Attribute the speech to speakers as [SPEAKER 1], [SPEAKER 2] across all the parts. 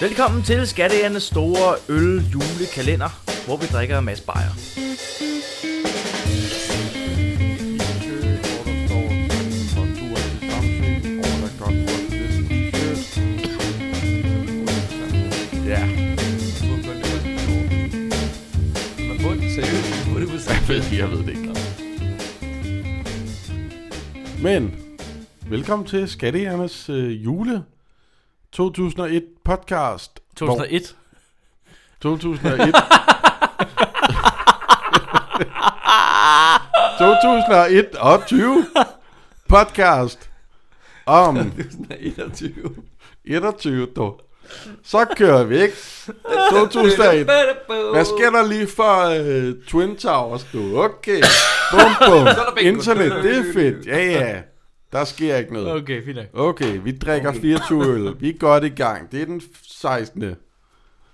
[SPEAKER 1] Velkommen til Skatteernes store øl julekalender, hvor vi drikker en masse bajer. Ja.
[SPEAKER 2] Jeg ved, ikke, jeg ved det ikke.
[SPEAKER 3] Men, velkommen til Skattejernes øh, jule 2001 podcast. Hvor-
[SPEAKER 2] 2001?
[SPEAKER 3] 2001. 2001 og 20 podcast om
[SPEAKER 2] 21.
[SPEAKER 3] 21, dog. Så kører vi, ikke? 2001. Hvad sker der lige for uh, Twin Towers nu? Okay. Bum, bum. Internet, det er fedt. Ja, ja. Der sker ikke noget.
[SPEAKER 2] Okay, fint nok.
[SPEAKER 3] Okay, vi drikker 24 øl. Vi er godt i gang. Det er den 16.
[SPEAKER 2] Det er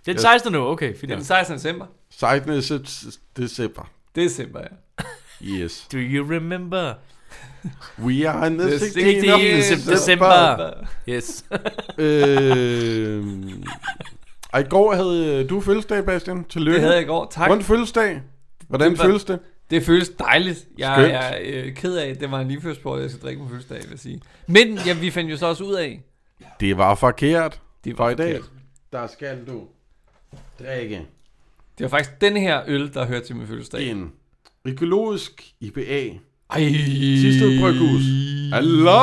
[SPEAKER 2] den 16. nu, okay, fint
[SPEAKER 4] Det er
[SPEAKER 2] nok.
[SPEAKER 4] den 16. december.
[SPEAKER 3] 16. se- december.
[SPEAKER 4] December, ja.
[SPEAKER 3] Yes.
[SPEAKER 2] Do you remember?
[SPEAKER 3] We are in the
[SPEAKER 4] The
[SPEAKER 3] 16
[SPEAKER 4] 16th
[SPEAKER 3] of
[SPEAKER 4] of
[SPEAKER 3] December.
[SPEAKER 2] December. Yes.
[SPEAKER 3] Øh, og i går havde øh, du fødselsdag, Bastian. Tillykke.
[SPEAKER 4] Det havde jeg i går. Tak.
[SPEAKER 3] Hvordan føles det? Hvordan
[SPEAKER 4] Det var-
[SPEAKER 3] føles det?
[SPEAKER 4] Det føles dejligt. Jeg
[SPEAKER 3] Skønt.
[SPEAKER 4] er øh, ked af, at det var en livfødselsdag, jeg skal drikke på fødselsdag, vil jeg sige. Men ja, vi fandt jo så også ud af,
[SPEAKER 3] Det var forkert.
[SPEAKER 4] Det
[SPEAKER 3] For
[SPEAKER 4] var
[SPEAKER 3] i dag, der skal du drikke
[SPEAKER 4] det var faktisk den her øl, der hører til min fødselsdag.
[SPEAKER 3] en økologisk IPA.
[SPEAKER 4] Ej.
[SPEAKER 3] Tisted Bryghus.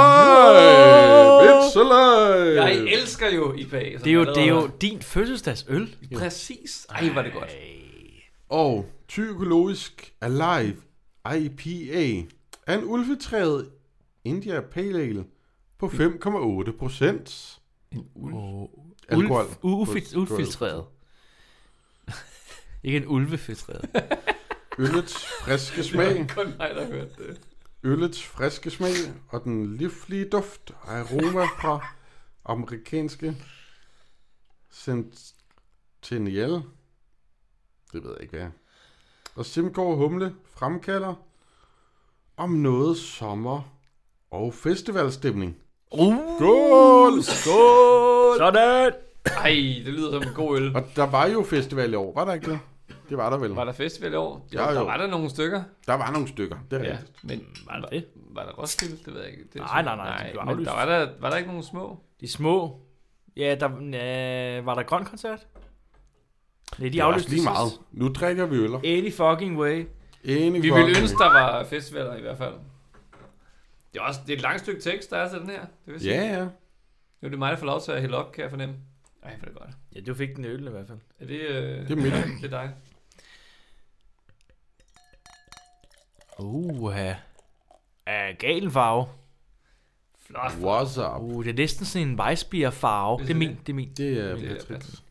[SPEAKER 3] Alive! It's alive!
[SPEAKER 4] Jeg elsker jo IPA. som
[SPEAKER 2] Det er jo,
[SPEAKER 4] jeg
[SPEAKER 2] det er jo
[SPEAKER 4] allerede
[SPEAKER 2] din fødselsdagsøl.
[SPEAKER 4] har. Præcis. Ej, var det godt.
[SPEAKER 3] og Tykologisk Alive IPA er en ulvetræet India Pale Ale på 5,8 procent
[SPEAKER 4] En uld.
[SPEAKER 3] alkohol.
[SPEAKER 2] Ulf, ufil, ufiltreret. Ikke en ulvefiltreret.
[SPEAKER 3] Øllets friske smag,
[SPEAKER 4] Kun mig, der hørte det.
[SPEAKER 3] øllets friske smag og den livlige duft og aroma fra amerikanske Centennial. Det ved jeg ikke, hvad er. Og Simgård Humle fremkalder om noget sommer og festivalstemning.
[SPEAKER 2] Uh,
[SPEAKER 3] Skål! Skål!
[SPEAKER 2] sådan!
[SPEAKER 4] Ej, det lyder som en god øl.
[SPEAKER 3] Og der var jo festival i år, var der ikke det? Det var der vel.
[SPEAKER 4] Var der festival i år? Jo,
[SPEAKER 3] Ja,
[SPEAKER 4] der
[SPEAKER 3] jo.
[SPEAKER 4] var der nogle stykker.
[SPEAKER 3] Der var nogle stykker. Det er
[SPEAKER 4] Ja,
[SPEAKER 3] ja.
[SPEAKER 4] men
[SPEAKER 2] Var det det?
[SPEAKER 4] var der Roskilde? Det ved jeg ikke. Det er
[SPEAKER 2] Nej,
[SPEAKER 4] sådan-
[SPEAKER 2] nej, nej, det blev
[SPEAKER 4] Men
[SPEAKER 2] aflyst.
[SPEAKER 4] der var, der, var der ikke nogen små?
[SPEAKER 2] De små. Ja, der øh, var der grøn koncert? Nej, de
[SPEAKER 3] Det er også
[SPEAKER 2] aflyste
[SPEAKER 3] lige
[SPEAKER 2] sidst.
[SPEAKER 3] meget. Nu drikker vi øller.
[SPEAKER 2] Any fucking way.
[SPEAKER 3] Enig
[SPEAKER 4] Vi ville ønske, der var festivaler i hvert fald. Det er også det er et langt stykke tekst, der er til den her. Det vil sige.
[SPEAKER 3] Ja, ja.
[SPEAKER 4] Nu er det mig, der får lov til at hælde op, kan jeg fornemme. Ej, hvor er det godt.
[SPEAKER 2] Ja, du fik den øl i hvert fald.
[SPEAKER 4] Er det, øh,
[SPEAKER 3] Det er mit.
[SPEAKER 4] det er dig?
[SPEAKER 2] Uh, ja. galen farve.
[SPEAKER 4] Flot.
[SPEAKER 3] What's up?
[SPEAKER 2] Uh, det er næsten sådan en Weissbier farve.
[SPEAKER 4] Hvis
[SPEAKER 2] Det er
[SPEAKER 4] det
[SPEAKER 2] min,
[SPEAKER 4] er
[SPEAKER 2] det er min.
[SPEAKER 3] Det er
[SPEAKER 4] Det er
[SPEAKER 3] Patricks.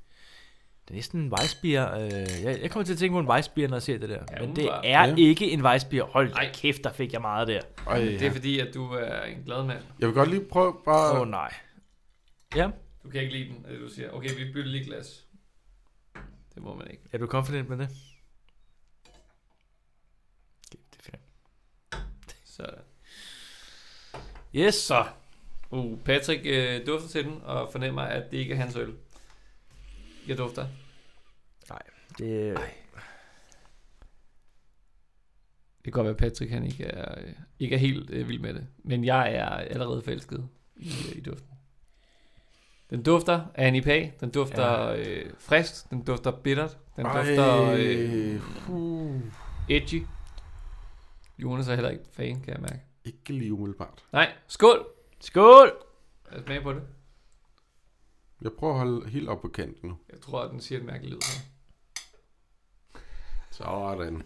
[SPEAKER 2] Det er næsten en Weissbier. Øh, jeg, jeg kommer til at tænke på en Weissbier, når jeg ser det der.
[SPEAKER 4] Ja,
[SPEAKER 2] Men det
[SPEAKER 4] umiddelbart.
[SPEAKER 2] er
[SPEAKER 3] Ja.
[SPEAKER 2] ikke en Weissbier. Hold da
[SPEAKER 4] Nej.
[SPEAKER 2] kæft, der fik jeg meget der.
[SPEAKER 3] Ej,
[SPEAKER 4] Det
[SPEAKER 3] ja.
[SPEAKER 4] er fordi, at du er en glad mand.
[SPEAKER 3] Jeg vil godt lige prøve bare...
[SPEAKER 2] Åh, oh, nej. Ja,
[SPEAKER 4] Du kan ikke lide den, er det du siger. Okay, vi bytter lige glas. Det må man ikke.
[SPEAKER 2] er du confident med det? Okay, det er fint.
[SPEAKER 4] Sådan.
[SPEAKER 2] Yes, så.
[SPEAKER 4] Uh, Patrick øh, dufter til den og fornemmer, at det ikke er hans øl. Jeg dufter.
[SPEAKER 2] Det,
[SPEAKER 4] Det kan godt være, at Patrick han ikke er, øh, ikke er helt øh, vild med det. Men jeg er allerede forelsket i, øh, i duften. Den dufter af en IPA. Den dufter ja. øh, frisk. Den dufter bittert. Den Ej. dufter øh,
[SPEAKER 3] Øh... Uh,
[SPEAKER 4] edgy. Jonas er heller ikke fan, kan jeg mærke.
[SPEAKER 3] ikke lige umiddelbart.
[SPEAKER 4] Nej, skål!
[SPEAKER 2] skål!
[SPEAKER 4] Lad os smage på det.
[SPEAKER 3] Jeg prøver at holde helt op på kanten nu.
[SPEAKER 4] Jeg tror, at den siger et mærkeligt lyd her.
[SPEAKER 3] Sådan.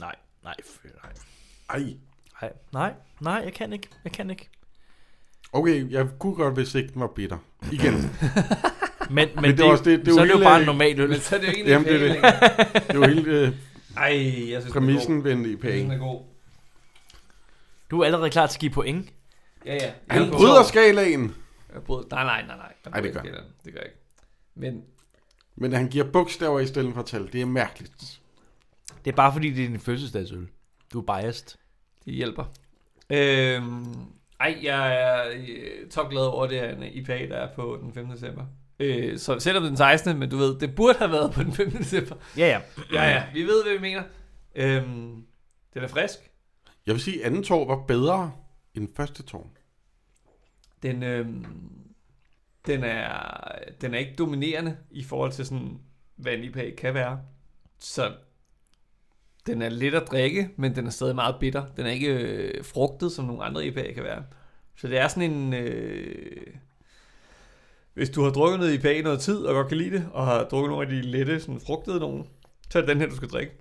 [SPEAKER 2] Nej, nej, fy, nej.
[SPEAKER 3] Ej.
[SPEAKER 2] Nej, nej, nej, jeg kan ikke, jeg kan ikke.
[SPEAKER 3] Okay, jeg kunne godt, hvis ikke den var bitter. Igen.
[SPEAKER 2] Men, men, men
[SPEAKER 3] det er
[SPEAKER 2] det, det,
[SPEAKER 3] også det- det er
[SPEAKER 2] så
[SPEAKER 3] jo
[SPEAKER 2] er det jo
[SPEAKER 3] hele-
[SPEAKER 2] bare en normal øl.
[SPEAKER 4] Men så er det jo ikke en
[SPEAKER 3] Jamen,
[SPEAKER 4] IPA
[SPEAKER 3] det er det.
[SPEAKER 4] længere.
[SPEAKER 3] Det er jo hele øh,
[SPEAKER 4] Ej, jeg synes, den er
[SPEAKER 3] præmissen ved en
[SPEAKER 4] god. Den
[SPEAKER 3] IPA.
[SPEAKER 4] er god.
[SPEAKER 2] Du er allerede klar til at give point.
[SPEAKER 4] Ja, ja.
[SPEAKER 3] Han
[SPEAKER 4] Jeg er på.
[SPEAKER 3] bryder skalaen,
[SPEAKER 4] Jeg bryder. Nej, nej, nej, nej. Jeg
[SPEAKER 3] Ej, det
[SPEAKER 4] bryder
[SPEAKER 3] gør.
[SPEAKER 4] ikke den. Det gør jeg ikke. Men
[SPEAKER 3] men han giver bogstaver i stedet for tal. Det er mærkeligt.
[SPEAKER 2] Det er bare fordi, det er din fødselsdagsøl. Du er biased.
[SPEAKER 4] Det hjælper. Øhm, Ej, jeg er øh, topglad over det her IPA, der er på den 5. december. Øh, så selvom det er den 16. Men du ved, det burde have været på den 5. december.
[SPEAKER 1] Ja, ja.
[SPEAKER 4] Ja, ja, vi ved, hvad vi mener. Øhm, den er frisk.
[SPEAKER 3] Jeg vil sige, at anden tår var bedre end første tår.
[SPEAKER 4] Den, øhm, den, er, den er ikke dominerende i forhold til sådan, hvad en IPA kan være. Så den er let at drikke, men den er stadig meget bitter. Den er ikke øh, frugtet, som nogle andre IPA kan være. Så det er sådan en... Øh, hvis du har drukket noget IPA i noget tid, og godt kan lide det, og har drukket nogle af de lette, sådan frugtede nogen, så er det den her, du skal drikke.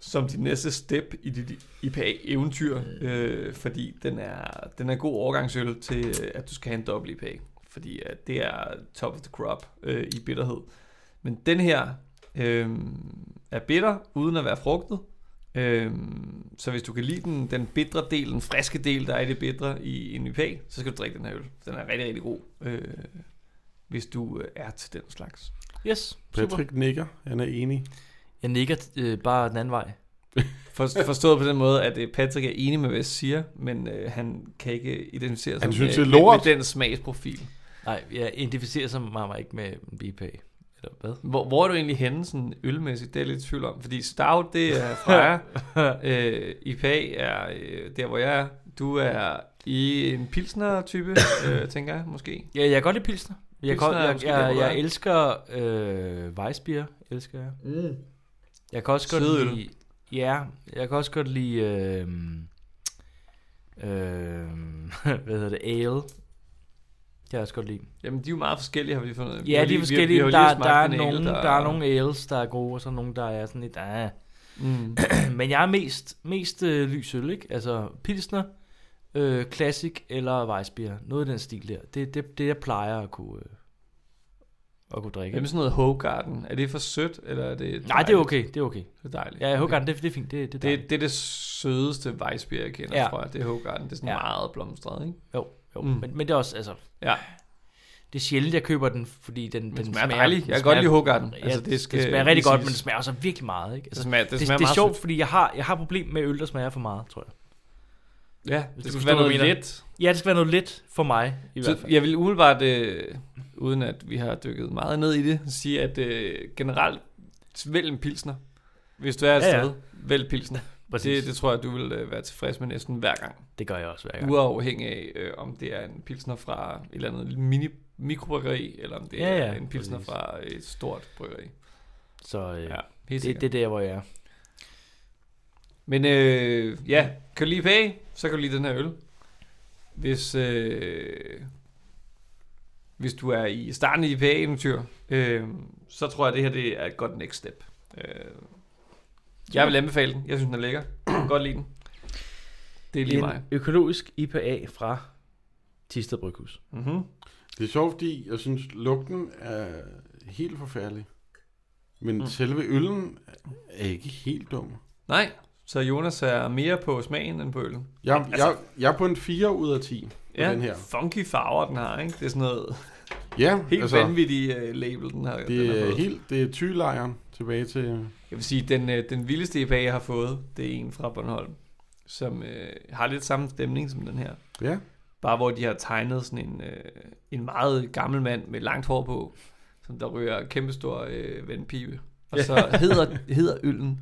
[SPEAKER 4] Som dit næste step i dit IPA-eventyr, øh, fordi den er, den er god overgangsøl til, øh, at du skal have en dobbelt IPA. Fordi at det er top of the crop øh, i bitterhed. Men den her øh, er bitter, uden at være frugtet. Øh, så hvis du kan lide den, den bitre del, den friske del, der er i det bitre i en IPA, så skal du drikke den her øl. Den er rigtig, rigtig god, øh, hvis du øh, er til den slags.
[SPEAKER 2] Yes, super.
[SPEAKER 3] Patrick nikker, han er enig.
[SPEAKER 2] Jeg nikker øh, bare den anden vej.
[SPEAKER 4] For, forstået på den måde, at øh, Patrick er enig med, hvad jeg siger, men øh, han kan ikke identificere sig
[SPEAKER 3] Han synes,
[SPEAKER 4] med,
[SPEAKER 3] det er lort.
[SPEAKER 4] med den smagsprofil.
[SPEAKER 2] Nej, jeg identificerer sig meget, meget ikke med en BPA. Eller hvad?
[SPEAKER 4] Hvor, hvor er du egentlig henne sådan ølmæssigt? Det er jeg lidt i tvivl om, fordi Stout, det er Freja, øh, IPA er øh, der, hvor jeg er. Du er i en pilsner-type, øh, tænker jeg, måske.
[SPEAKER 2] Ja, jeg kan godt lide pilsner. Jeg, kan,
[SPEAKER 4] Pilsner er
[SPEAKER 2] jeg,
[SPEAKER 4] måske der,
[SPEAKER 2] jeg,
[SPEAKER 4] hvor
[SPEAKER 2] jeg,
[SPEAKER 4] du er.
[SPEAKER 2] elsker øh, Weissbier, elsker jeg.
[SPEAKER 4] Mm.
[SPEAKER 2] Jeg kan også godt
[SPEAKER 4] Sødøl.
[SPEAKER 2] lide... Ja, jeg kan også godt lide... Øh, øh, hvad hedder det? Ale. Det kan jeg også godt lide.
[SPEAKER 4] Jamen, de er jo meget forskellige, har vi fundet. ud af. Vi
[SPEAKER 2] Ja,
[SPEAKER 4] har
[SPEAKER 2] de
[SPEAKER 4] lige-
[SPEAKER 2] er
[SPEAKER 4] vi har-
[SPEAKER 2] forskellige.
[SPEAKER 4] vi har jo lige
[SPEAKER 2] der,
[SPEAKER 4] smagt
[SPEAKER 2] der, er
[SPEAKER 4] en ale,
[SPEAKER 2] nogle, der, er nogle ales, der er gode, og så er nogle, der er sådan lidt... Ah.
[SPEAKER 4] Mm.
[SPEAKER 2] Men jeg er mest, mest øh, lys øl, ikke? Altså pilsner, øh, classic eller weissbier. Noget i den stil der. Det er det, det, jeg plejer at kunne, øh, at kunne drikke.
[SPEAKER 4] Jamen, sådan noget Hogarden. Er det for sødt, eller er det
[SPEAKER 2] Nej, det er okay. Det er okay.
[SPEAKER 4] Det er dejligt.
[SPEAKER 2] Ja, Hogarden, det, det er fint. Det, det, er
[SPEAKER 4] Det,
[SPEAKER 2] dejligt.
[SPEAKER 4] det, det er det sødeste Weissbier, jeg kender, ja.
[SPEAKER 2] Ja.
[SPEAKER 4] tror jeg. Det er Hogarden. Det er sådan ja.
[SPEAKER 2] Ja.
[SPEAKER 4] meget blomstret, ikke?
[SPEAKER 2] Jo, jo.
[SPEAKER 4] Mm.
[SPEAKER 2] Mm. Men, men det er også, altså...
[SPEAKER 4] Ja.
[SPEAKER 2] Det er sjældent, jeg køber den, fordi den, den,
[SPEAKER 4] Den smager dejligt. Jeg kan godt lide Hogarden.
[SPEAKER 2] Altså, det, skal, det smager rigtig godt, men det smager også virkelig meget. Ikke?
[SPEAKER 4] det
[SPEAKER 2] Altså,
[SPEAKER 4] smager,
[SPEAKER 2] det,
[SPEAKER 4] det
[SPEAKER 2] det,
[SPEAKER 4] smager
[SPEAKER 2] det, er
[SPEAKER 4] meget
[SPEAKER 2] sjovt, fordi jeg har, jeg har problem med øl, der smager for meget, tror jeg.
[SPEAKER 4] sødt. Ja,
[SPEAKER 2] Hvis
[SPEAKER 4] det
[SPEAKER 2] du
[SPEAKER 4] skal
[SPEAKER 2] forstår,
[SPEAKER 4] være
[SPEAKER 2] hvad jeg
[SPEAKER 4] noget
[SPEAKER 2] mener.
[SPEAKER 4] let.
[SPEAKER 2] Ja, det skal være noget let for mig, i hvert
[SPEAKER 4] Så
[SPEAKER 2] fald.
[SPEAKER 4] jeg vil umiddelbart, øh, uden at vi har dykket meget ned i det, sige, at øh, generelt vælg en pilsner. Hvis du er et
[SPEAKER 2] Ja, ja.
[SPEAKER 4] sted, vælg pilsner.
[SPEAKER 2] Præcis.
[SPEAKER 4] Det, det tror jeg, du vil øh, være tilfreds med næsten hver gang.
[SPEAKER 2] det gør jeg også hver
[SPEAKER 4] ja.
[SPEAKER 2] gang.
[SPEAKER 4] uafhængig af, øh, om det er en pilsner fra et eller andet mini mikrobryggeri, eller om det ja,
[SPEAKER 2] Ja,
[SPEAKER 4] ja,
[SPEAKER 2] ja,
[SPEAKER 4] er en pilsner
[SPEAKER 2] præcis.
[SPEAKER 4] fra et stort bryggeri.
[SPEAKER 2] Så øh,
[SPEAKER 4] Ja,
[SPEAKER 2] ja,
[SPEAKER 4] helt
[SPEAKER 2] det,
[SPEAKER 4] sikkert.
[SPEAKER 2] det er der, hvor jeg er.
[SPEAKER 4] Men øh, ja, kan du lide pæ, så kan du lide den her øl. Hvis, øh, hvis du er i starten i IPA-eventyr, øh, så tror jeg, at det her det er et godt next step. Øh, jeg vil anbefale den. Jeg synes, den er lækker. Jeg kan godt lide den. Det er lige mig.
[SPEAKER 2] En økologisk IPA fra Tisted Bryghus.
[SPEAKER 4] Mm-hmm.
[SPEAKER 3] Det er sjovt, fordi jeg synes, lugten er helt forfærdelig. Men mm. selve øllen er ikke helt dum.
[SPEAKER 4] Nej, så Jonas er mere på smagen end på øllen.
[SPEAKER 3] Jeg, altså, jeg, jeg er på en 4 ud af 10 på
[SPEAKER 4] Ja,
[SPEAKER 3] den her.
[SPEAKER 4] funky farver, den har, ikke? Det er sådan noget
[SPEAKER 3] Ja,
[SPEAKER 4] helt
[SPEAKER 3] altså,
[SPEAKER 4] altså, vanvittigt uh, label, den har. den har
[SPEAKER 3] det er
[SPEAKER 4] fået.
[SPEAKER 3] helt det er tylejren tilbage til...
[SPEAKER 4] Jeg vil sige, den, uh, den vildeste EPA, jeg har fået, det er en fra Bornholm, som uh, har lidt samme stemning som den her.
[SPEAKER 3] Ja,
[SPEAKER 4] Bare hvor de har tegnet sådan en, uh, en meget gammel mand med langt hår på, som der ryger kæmpestor uh, vandpibe. Og så hedder, hedder øllen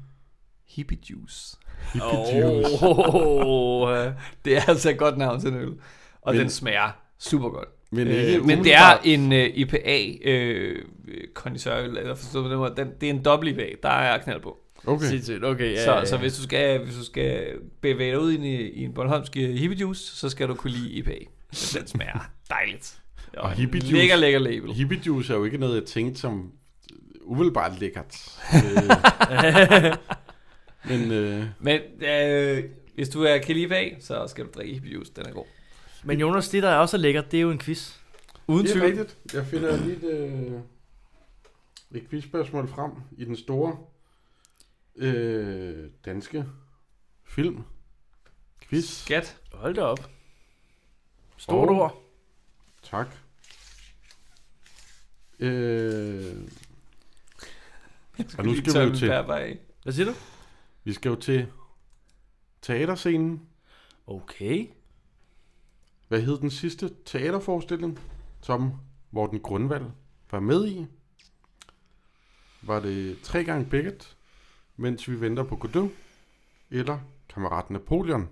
[SPEAKER 4] Hippie Juice.
[SPEAKER 3] hippie juice.
[SPEAKER 4] Oh, det er altså et godt navn til en øl. Og
[SPEAKER 3] Men-
[SPEAKER 4] den smager super godt.
[SPEAKER 3] Men, ikke
[SPEAKER 4] Øh, men det er
[SPEAKER 3] umiddelbart-
[SPEAKER 4] en øh, IPA øh, øh, kondisørøl, eller forstået på den måde, den, det er en dobbelt IPA, der er knald på.
[SPEAKER 3] Okay.
[SPEAKER 2] Sindssygt, okay.
[SPEAKER 4] Ja, så, ja, ja. så hvis du skal, hvis du skal bevæge dig ud i en, i en Bornholmsk øh, hippie juice, så skal du kunne lide IPA. Altså, Den smager dejligt.
[SPEAKER 3] Og hippie juice.
[SPEAKER 4] Lækker, lækker label.
[SPEAKER 3] Hippie juice er jo ikke noget, jeg tænkte som umiddelbart lækkert. Øh, men øh,
[SPEAKER 4] Men øh, hvis du er kan lide IPA, så skal du drikke hippie juice, den er god.
[SPEAKER 2] Men Jonas, det der er også lækkert, det er jo en quiz.
[SPEAKER 4] Uden
[SPEAKER 3] det er
[SPEAKER 4] tvivl.
[SPEAKER 3] rigtigt. Jeg finder lige et, øh, et quizspørgsmål frem i den store øh, danske film. Quiz.
[SPEAKER 4] Skat.
[SPEAKER 2] Hold da op. Stort
[SPEAKER 3] Og-
[SPEAKER 2] oh. ord.
[SPEAKER 3] Tak. Øh, og nu skal vi jo til,
[SPEAKER 4] til.
[SPEAKER 2] Hvad siger du?
[SPEAKER 3] vi skal jo til teaterscenen.
[SPEAKER 2] Okay.
[SPEAKER 3] Hvad hed den sidste teaterforestilling, som Morten Grundvald var med i? Var det tre gange Beckett, mens vi venter på Godot, eller Kammerat Napoleon?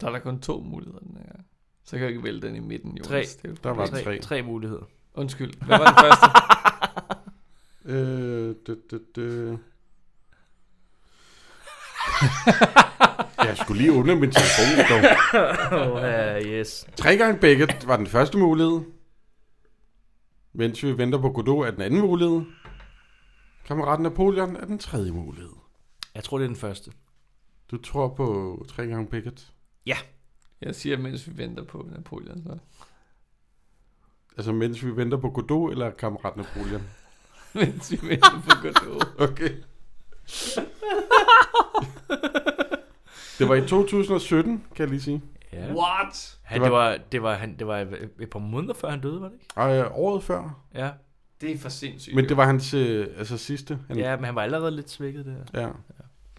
[SPEAKER 4] Der er der kun to muligheder den her gang. Så kan jeg ikke vælge den i midten, Jonas.
[SPEAKER 2] Tre.
[SPEAKER 4] Det er jo-
[SPEAKER 3] Der var
[SPEAKER 2] tre,
[SPEAKER 3] tre.
[SPEAKER 2] tre muligheder.
[SPEAKER 4] Undskyld, hvad var den første?
[SPEAKER 3] Øh, det, det, det. Jeg skulle lige åbne min telefon dog.
[SPEAKER 2] Oh, yes.
[SPEAKER 3] Tre gange Beckett var den første mulighed. Mens vi venter på Godot er den anden mulighed. Kammerat Napoleon er den tredje mulighed.
[SPEAKER 2] Jeg tror, det er den første.
[SPEAKER 3] Du tror på tre gange Beckett?
[SPEAKER 4] Jeg siger, mens vi venter på Napoleon. Så.
[SPEAKER 3] Altså mens vi venter på Godot eller Kammerat Napoleon?
[SPEAKER 4] mens vi venter på Godot.
[SPEAKER 3] Okay. Det var i 2017, kan jeg lige sige.
[SPEAKER 2] Ja.
[SPEAKER 4] What?
[SPEAKER 2] Han, det,
[SPEAKER 3] Det
[SPEAKER 2] var, det, var, han, det var et par måneder før han døde, var det ikke?
[SPEAKER 3] Ej, øh, året før.
[SPEAKER 2] Ja,
[SPEAKER 4] Det er for sindssygt.
[SPEAKER 3] Men det var hans øh, altså sidste. Han,
[SPEAKER 2] ja men han var allerede lidt svækket der.
[SPEAKER 3] ja.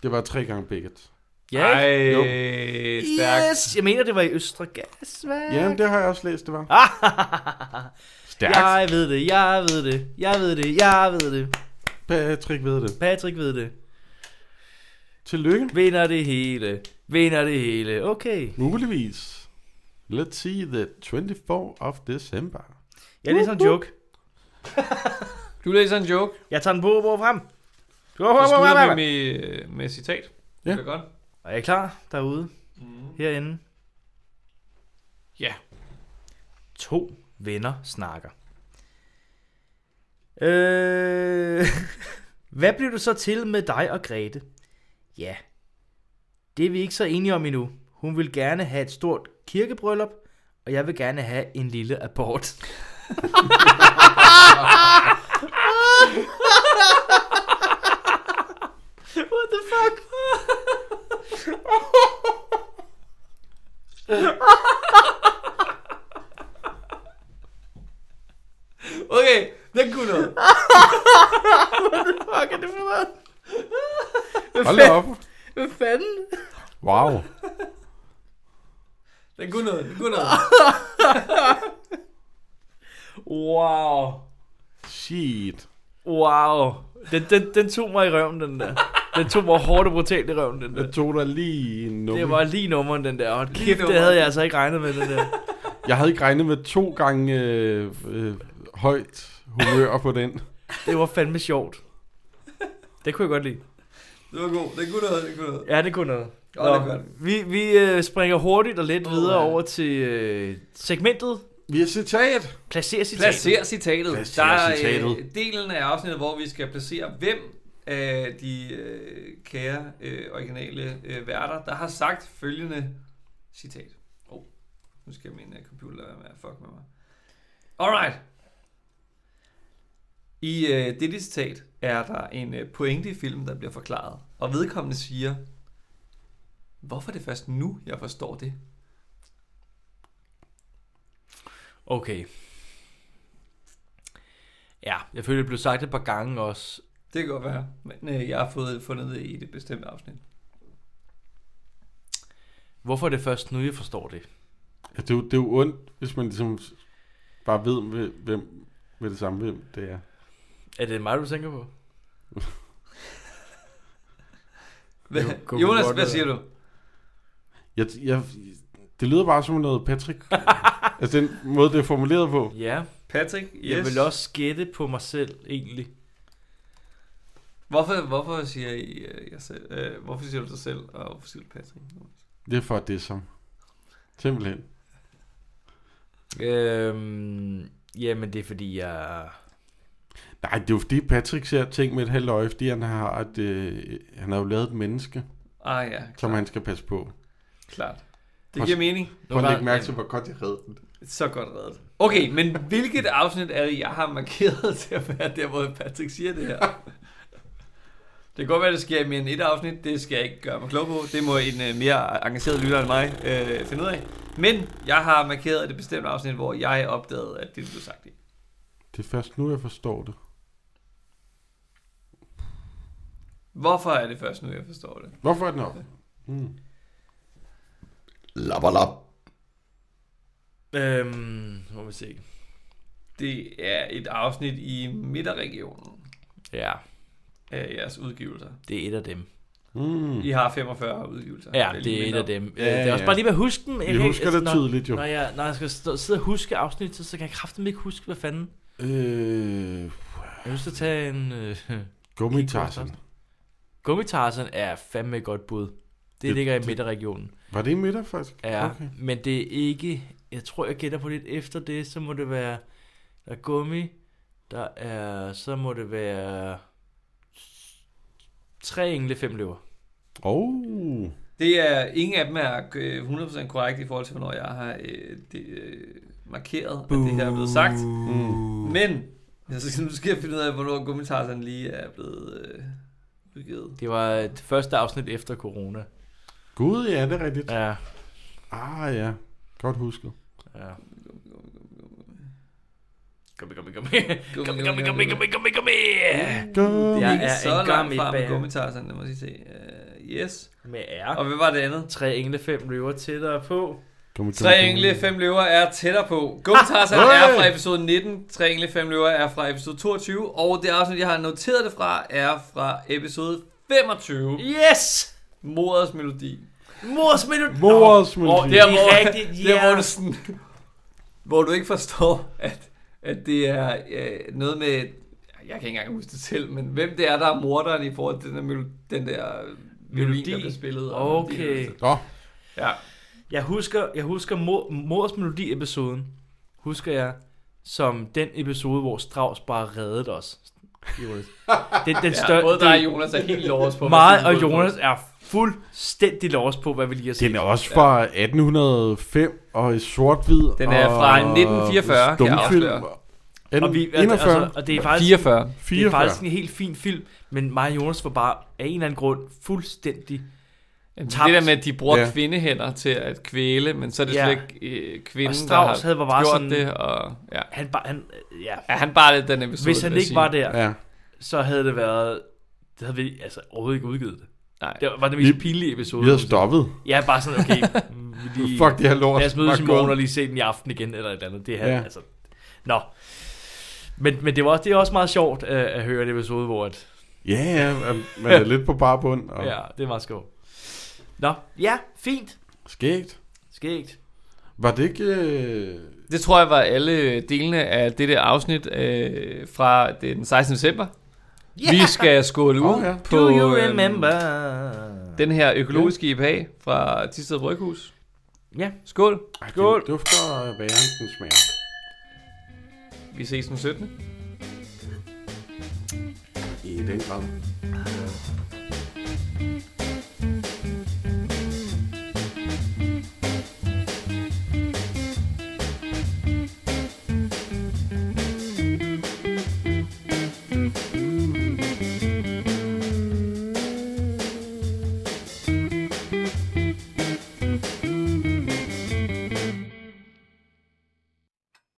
[SPEAKER 3] Det var tre gange Beckett.
[SPEAKER 2] Ja,
[SPEAKER 4] Ej,
[SPEAKER 2] ikke? Jo.
[SPEAKER 4] stærkt.
[SPEAKER 2] Yes, jeg mener, det var i Østre Ah! Gasværk.
[SPEAKER 3] Jamen, det har jeg også læst, det var. Stærkt.
[SPEAKER 2] jeg ved det, jeg ved det, jeg ved det, jeg ved det.
[SPEAKER 3] Patrick ved det.
[SPEAKER 2] Patrick ved det.
[SPEAKER 3] Tillykke.
[SPEAKER 2] Vinder det hele, vinder det hele. Okay.
[SPEAKER 3] Muligvis. Let's see the 24 of December.
[SPEAKER 2] Jeg læser en joke.
[SPEAKER 4] Du læser en joke.
[SPEAKER 2] Jeg tager den på og bruger frem.
[SPEAKER 4] Du slutter med, med, øh, med citat.
[SPEAKER 3] Ja.
[SPEAKER 4] Ja. Det er godt.
[SPEAKER 2] Er I klar derude? Herinde.
[SPEAKER 4] Ja.
[SPEAKER 2] To venner snakker. Øh, hvad blev du så til med dig og Grete? Ja, det er vi ikke så enige om endnu. Hun vil gerne have et stort kirkebryllup, og jeg vil gerne have en lille abort. What the fuck?
[SPEAKER 4] Okay, den kunne noget.
[SPEAKER 2] Fuck, er det for noget?
[SPEAKER 3] Hold da op.
[SPEAKER 2] Hvad fanden?
[SPEAKER 3] Wow.
[SPEAKER 4] Den kunne noget. Den kunne noget.
[SPEAKER 2] Wow.
[SPEAKER 3] Shit.
[SPEAKER 2] Wow. Den, den, den tog mig i røven, den der. Den tog mig hårdt og brutalt i røven, den der.
[SPEAKER 3] Jeg tog dig lige en nummer.
[SPEAKER 2] Det var lige nummeren, den der. Og kæft, det
[SPEAKER 4] nummeren.
[SPEAKER 2] havde jeg altså ikke regnet med, den der.
[SPEAKER 3] Jeg havde ikke regnet med to gange øh, øh, højt humør på den.
[SPEAKER 2] Det var fandme sjovt. Det kunne jeg godt lide.
[SPEAKER 4] Det var god. Den kunne noget. Den kunne noget.
[SPEAKER 2] Ja, det kunne noget.
[SPEAKER 4] Ja, det kunne det.
[SPEAKER 2] vi vi øh, springer hurtigt og lidt
[SPEAKER 4] Åh,
[SPEAKER 2] videre
[SPEAKER 4] ja.
[SPEAKER 2] over til øh, segmentet.
[SPEAKER 3] Vi har citat.
[SPEAKER 2] Placer citatet.
[SPEAKER 4] Placer citatet.
[SPEAKER 3] Placer
[SPEAKER 4] Der er øh,
[SPEAKER 3] citatet.
[SPEAKER 4] delen af afsnittet, hvor vi skal placere, hvem af de øh, kære øh, originale øh, værter, der har sagt følgende citat. Oh, nu skal min øh, computer lade være med at fuck med mig. Alright. I øh, dette citat er der en øh, pointe i filmen, der bliver forklaret, og vedkommende siger, hvorfor er det først nu, jeg forstår det?
[SPEAKER 2] Okay. Ja, jeg føler, det blev sagt et par gange også.
[SPEAKER 4] Det kan godt være, men øh, jeg har fået fundet det i det bestemte afsnit.
[SPEAKER 2] Hvorfor er det først nu, jeg forstår det?
[SPEAKER 3] Ja, det, er jo, det er jo ondt, hvis man ligesom bare ved, hvem, hvem med det samme, hvem det er.
[SPEAKER 2] Er det mig, du tænker på?
[SPEAKER 4] Hvad,
[SPEAKER 2] Jo, kunne
[SPEAKER 4] Jonas,
[SPEAKER 2] godt
[SPEAKER 4] hvad
[SPEAKER 2] være.
[SPEAKER 4] siger du?
[SPEAKER 3] Jeg, jeg, det lyder bare som noget Patrick. altså den måde, det er formuleret på.
[SPEAKER 2] Ja,
[SPEAKER 4] Patrick, yes.
[SPEAKER 2] jeg vil også gætte på mig selv, egentlig.
[SPEAKER 4] Hvorfor, hvorfor siger I øh, jer selv? Øh, hvorfor siger du dig selv, og hvorfor siger du Patrick?
[SPEAKER 3] Det er for det som. Simpelthen.
[SPEAKER 2] Øhm, jamen, det er fordi, jeg...
[SPEAKER 3] Nej, det er jo fordi Patrick ser ting med et halvt øje, fordi han har, et, øh, han har jo lavet et menneske,
[SPEAKER 4] Ah ja, klart.
[SPEAKER 3] som han skal passe på.
[SPEAKER 4] klart. Det
[SPEAKER 3] Prøv-
[SPEAKER 4] giver mening.
[SPEAKER 3] Prøv at
[SPEAKER 2] var-
[SPEAKER 3] lægge mærke til, hvor godt jeg redde den.
[SPEAKER 4] Så godt reddet. Okay, men hvilket afsnit er det, jeg har markeret til at være der, hvor Patrick siger det her? Det kan godt være, det sker i mere end et afsnit. Det skal jeg ikke gøre mig klog på. Det må en øh, mere engageret lytter end mig øh, finde ud af. Men jeg har markeret det bestemte afsnit, hvor jeg opdagede, at det blev sagt i.
[SPEAKER 3] Det er først nu, jeg forstår det.
[SPEAKER 4] Hvorfor
[SPEAKER 3] Hmm.
[SPEAKER 4] er det først nu, jeg forstår det?
[SPEAKER 3] Hvorfor er den op? Mm.
[SPEAKER 5] Labalab.
[SPEAKER 2] Øhm, må vi se.
[SPEAKER 4] Det er et afsnit i midterregionen
[SPEAKER 2] Ja,
[SPEAKER 4] af jeres udgivelser.
[SPEAKER 2] det er et af dem.
[SPEAKER 3] Mm.
[SPEAKER 4] I har 45 udgivelser.
[SPEAKER 2] Ja,
[SPEAKER 4] lige
[SPEAKER 2] det er et
[SPEAKER 4] mindre.
[SPEAKER 2] af dem. Ja,
[SPEAKER 3] Ja,
[SPEAKER 2] det er også
[SPEAKER 3] ja.
[SPEAKER 2] bare lige ved at huske dem. Jeg
[SPEAKER 3] Vi
[SPEAKER 2] kan ikke-
[SPEAKER 3] husker det
[SPEAKER 2] altså, når-
[SPEAKER 3] tydeligt jo.
[SPEAKER 2] Når jeg, når jeg skal stå, sidde og huske afsnit, så, så kan jeg kraftedeme ikke huske, hvad fanden.
[SPEAKER 3] Øh,
[SPEAKER 2] Jeg har lyst til at tage en... Øh,
[SPEAKER 3] Gummitarsen.
[SPEAKER 2] gummitarsen er fandme et godt bud. Det,
[SPEAKER 3] Det-
[SPEAKER 2] det ligger i
[SPEAKER 3] det-
[SPEAKER 2] midterregionen.
[SPEAKER 3] Var det i middag faktisk?
[SPEAKER 2] Ja,
[SPEAKER 3] Okay.
[SPEAKER 2] okay. men det er ikke... Jeg tror, jeg gætter på lidt efter det, så må det være... Der er gummi, der er... Så må det være... Tre engle, fem løver.
[SPEAKER 3] Oh.
[SPEAKER 4] Det er, ingen af dem er øh, 100% korrekt i forhold til, hvornår jeg har øh, det, øh, markeret, at det her er blevet sagt.
[SPEAKER 3] Mm.
[SPEAKER 4] Men, jeg skal, nu skal jeg finde ud af, hvornår Gummitarsen lige er blevet øh, udgivet.
[SPEAKER 2] Det var det første afsnit efter corona.
[SPEAKER 3] Gud, ja, det er rigtigt.
[SPEAKER 2] Ja,
[SPEAKER 3] Ah, ja. Godt husket.
[SPEAKER 2] ja.
[SPEAKER 6] Gummi, gummi, gummi. Gummi, gummi, gummi, gummi, gummi, gummi.
[SPEAKER 3] Gummi.
[SPEAKER 4] Det er
[SPEAKER 2] Jeg
[SPEAKER 4] ikke
[SPEAKER 2] er
[SPEAKER 4] så
[SPEAKER 2] en
[SPEAKER 4] langt
[SPEAKER 2] gammel
[SPEAKER 4] frem med
[SPEAKER 2] bager.
[SPEAKER 4] Gummitarsen, lad mig lige se. Uh, yes.
[SPEAKER 2] Med R.
[SPEAKER 4] Og hvad var det andet?
[SPEAKER 2] Tre engle, fem løver tættere på.
[SPEAKER 3] Gummi,
[SPEAKER 4] Tre engle, fem løver er tættere på. Gummitarsen
[SPEAKER 3] Ah!
[SPEAKER 4] er
[SPEAKER 3] Hey!
[SPEAKER 4] fra episode 19, Tre engle, fem løver er fra episode 22, og det afsnit, jeg har noteret det fra, er fra episode 25,
[SPEAKER 2] Yes!
[SPEAKER 4] Morders Melodi.
[SPEAKER 2] Mors minut.
[SPEAKER 3] Mors melodi.
[SPEAKER 2] Åh, det
[SPEAKER 4] Der,
[SPEAKER 2] er
[SPEAKER 4] hvor-
[SPEAKER 2] rigtigt,
[SPEAKER 4] Der, hvor,
[SPEAKER 2] ja.
[SPEAKER 4] du sådan, hvor du ikke forstår, at, at det er øh, noget med... Jeg kan ikke engang huske det selv, men hvem det er, der er morderen i forhold til den der, mel- den der øh, melodi,
[SPEAKER 2] Melodi.
[SPEAKER 4] der bliver spillet. og
[SPEAKER 2] Okay.
[SPEAKER 4] melodien, altså.
[SPEAKER 3] Nå,
[SPEAKER 4] Ja.
[SPEAKER 2] Jeg husker, jeg husker mor, Mors Melodi-episoden, husker jeg, som den episode, hvor Strauss bare reddede os. Jonas. Det er den
[SPEAKER 4] ja
[SPEAKER 2] større...
[SPEAKER 4] både dig og
[SPEAKER 2] det-
[SPEAKER 4] Jonas er helt lovers på. hvad
[SPEAKER 2] Mig
[SPEAKER 4] fanden
[SPEAKER 2] og
[SPEAKER 4] du ved.
[SPEAKER 2] Jonas er fuldstændig lovs på, hvad vi lige har set.
[SPEAKER 3] den er også fra 1805 og i sort-hvid.
[SPEAKER 4] Den er
[SPEAKER 3] og
[SPEAKER 4] fra 1944, kan jeg
[SPEAKER 3] stumfilm.
[SPEAKER 4] afsløre.
[SPEAKER 3] En,
[SPEAKER 2] Og, vi,
[SPEAKER 3] 41, altså,
[SPEAKER 2] og det er faktisk...
[SPEAKER 7] 44.
[SPEAKER 2] Det er
[SPEAKER 3] 44.
[SPEAKER 2] faktisk en helt fin film, men mig og Jonas var bare af en eller anden grund fuldstændig...
[SPEAKER 7] Jamen, det
[SPEAKER 2] Tabt.
[SPEAKER 7] der med, at de bruger
[SPEAKER 3] Ja.
[SPEAKER 7] ja. kvindehænder til at kvæle, men så er det
[SPEAKER 2] Ja.
[SPEAKER 7] ja. slet ikke øh,
[SPEAKER 2] Og
[SPEAKER 7] kvinden, der har
[SPEAKER 2] Strauss havde var bare
[SPEAKER 7] gjort
[SPEAKER 2] sådan-
[SPEAKER 7] sådan... det. Og, ja.
[SPEAKER 2] Han bare... Han, ja.
[SPEAKER 7] ja, han bare lidt den episode,
[SPEAKER 2] Hvis han
[SPEAKER 7] vil jeg
[SPEAKER 2] ikke
[SPEAKER 7] sige.
[SPEAKER 2] var der,
[SPEAKER 3] Ja.
[SPEAKER 2] så havde det været... Det havde vi altså overhovedet ikke udgivet det.
[SPEAKER 7] Nej.
[SPEAKER 2] Det var den
[SPEAKER 3] Vi-
[SPEAKER 2] mest pinlige episode.
[SPEAKER 3] Vi har stoppet.
[SPEAKER 2] Ja, bare sådan, okay, mm, vi lige,
[SPEAKER 3] Fuck det her lort.
[SPEAKER 2] lad os mødes i
[SPEAKER 3] Fuck
[SPEAKER 2] morgen
[SPEAKER 3] God.
[SPEAKER 2] og lige se den i aften igen, eller et eller andet. Det her,
[SPEAKER 3] Ja.
[SPEAKER 2] ja. altså, nå. Men, men det, var også, det er også meget sjovt øh, at høre det episode, hvor at,
[SPEAKER 3] Ja, ja, man er lidt på barbund. Og...
[SPEAKER 2] ja, det er meget sjovt. Nå, ja, fint.
[SPEAKER 3] Skægt.
[SPEAKER 2] Skægt.
[SPEAKER 3] Var det ikke... Øh...
[SPEAKER 7] Det tror jeg var alle delene af det der afsnit øh, fra den 16. december. Yeah. Vi skal skåle ud
[SPEAKER 3] Åh,
[SPEAKER 7] oh,
[SPEAKER 3] ja.
[SPEAKER 7] ja.
[SPEAKER 2] Do
[SPEAKER 7] på
[SPEAKER 2] you
[SPEAKER 7] øhm,
[SPEAKER 2] remember?
[SPEAKER 7] den her økologiske IPA fra Tisted Bryghus.
[SPEAKER 2] Ja.
[SPEAKER 7] Skål.
[SPEAKER 3] Ej, den
[SPEAKER 7] Skål.
[SPEAKER 3] dufter af væren, den smager.
[SPEAKER 7] Vi ses den 17.
[SPEAKER 3] I den grad.
[SPEAKER 2] Åh,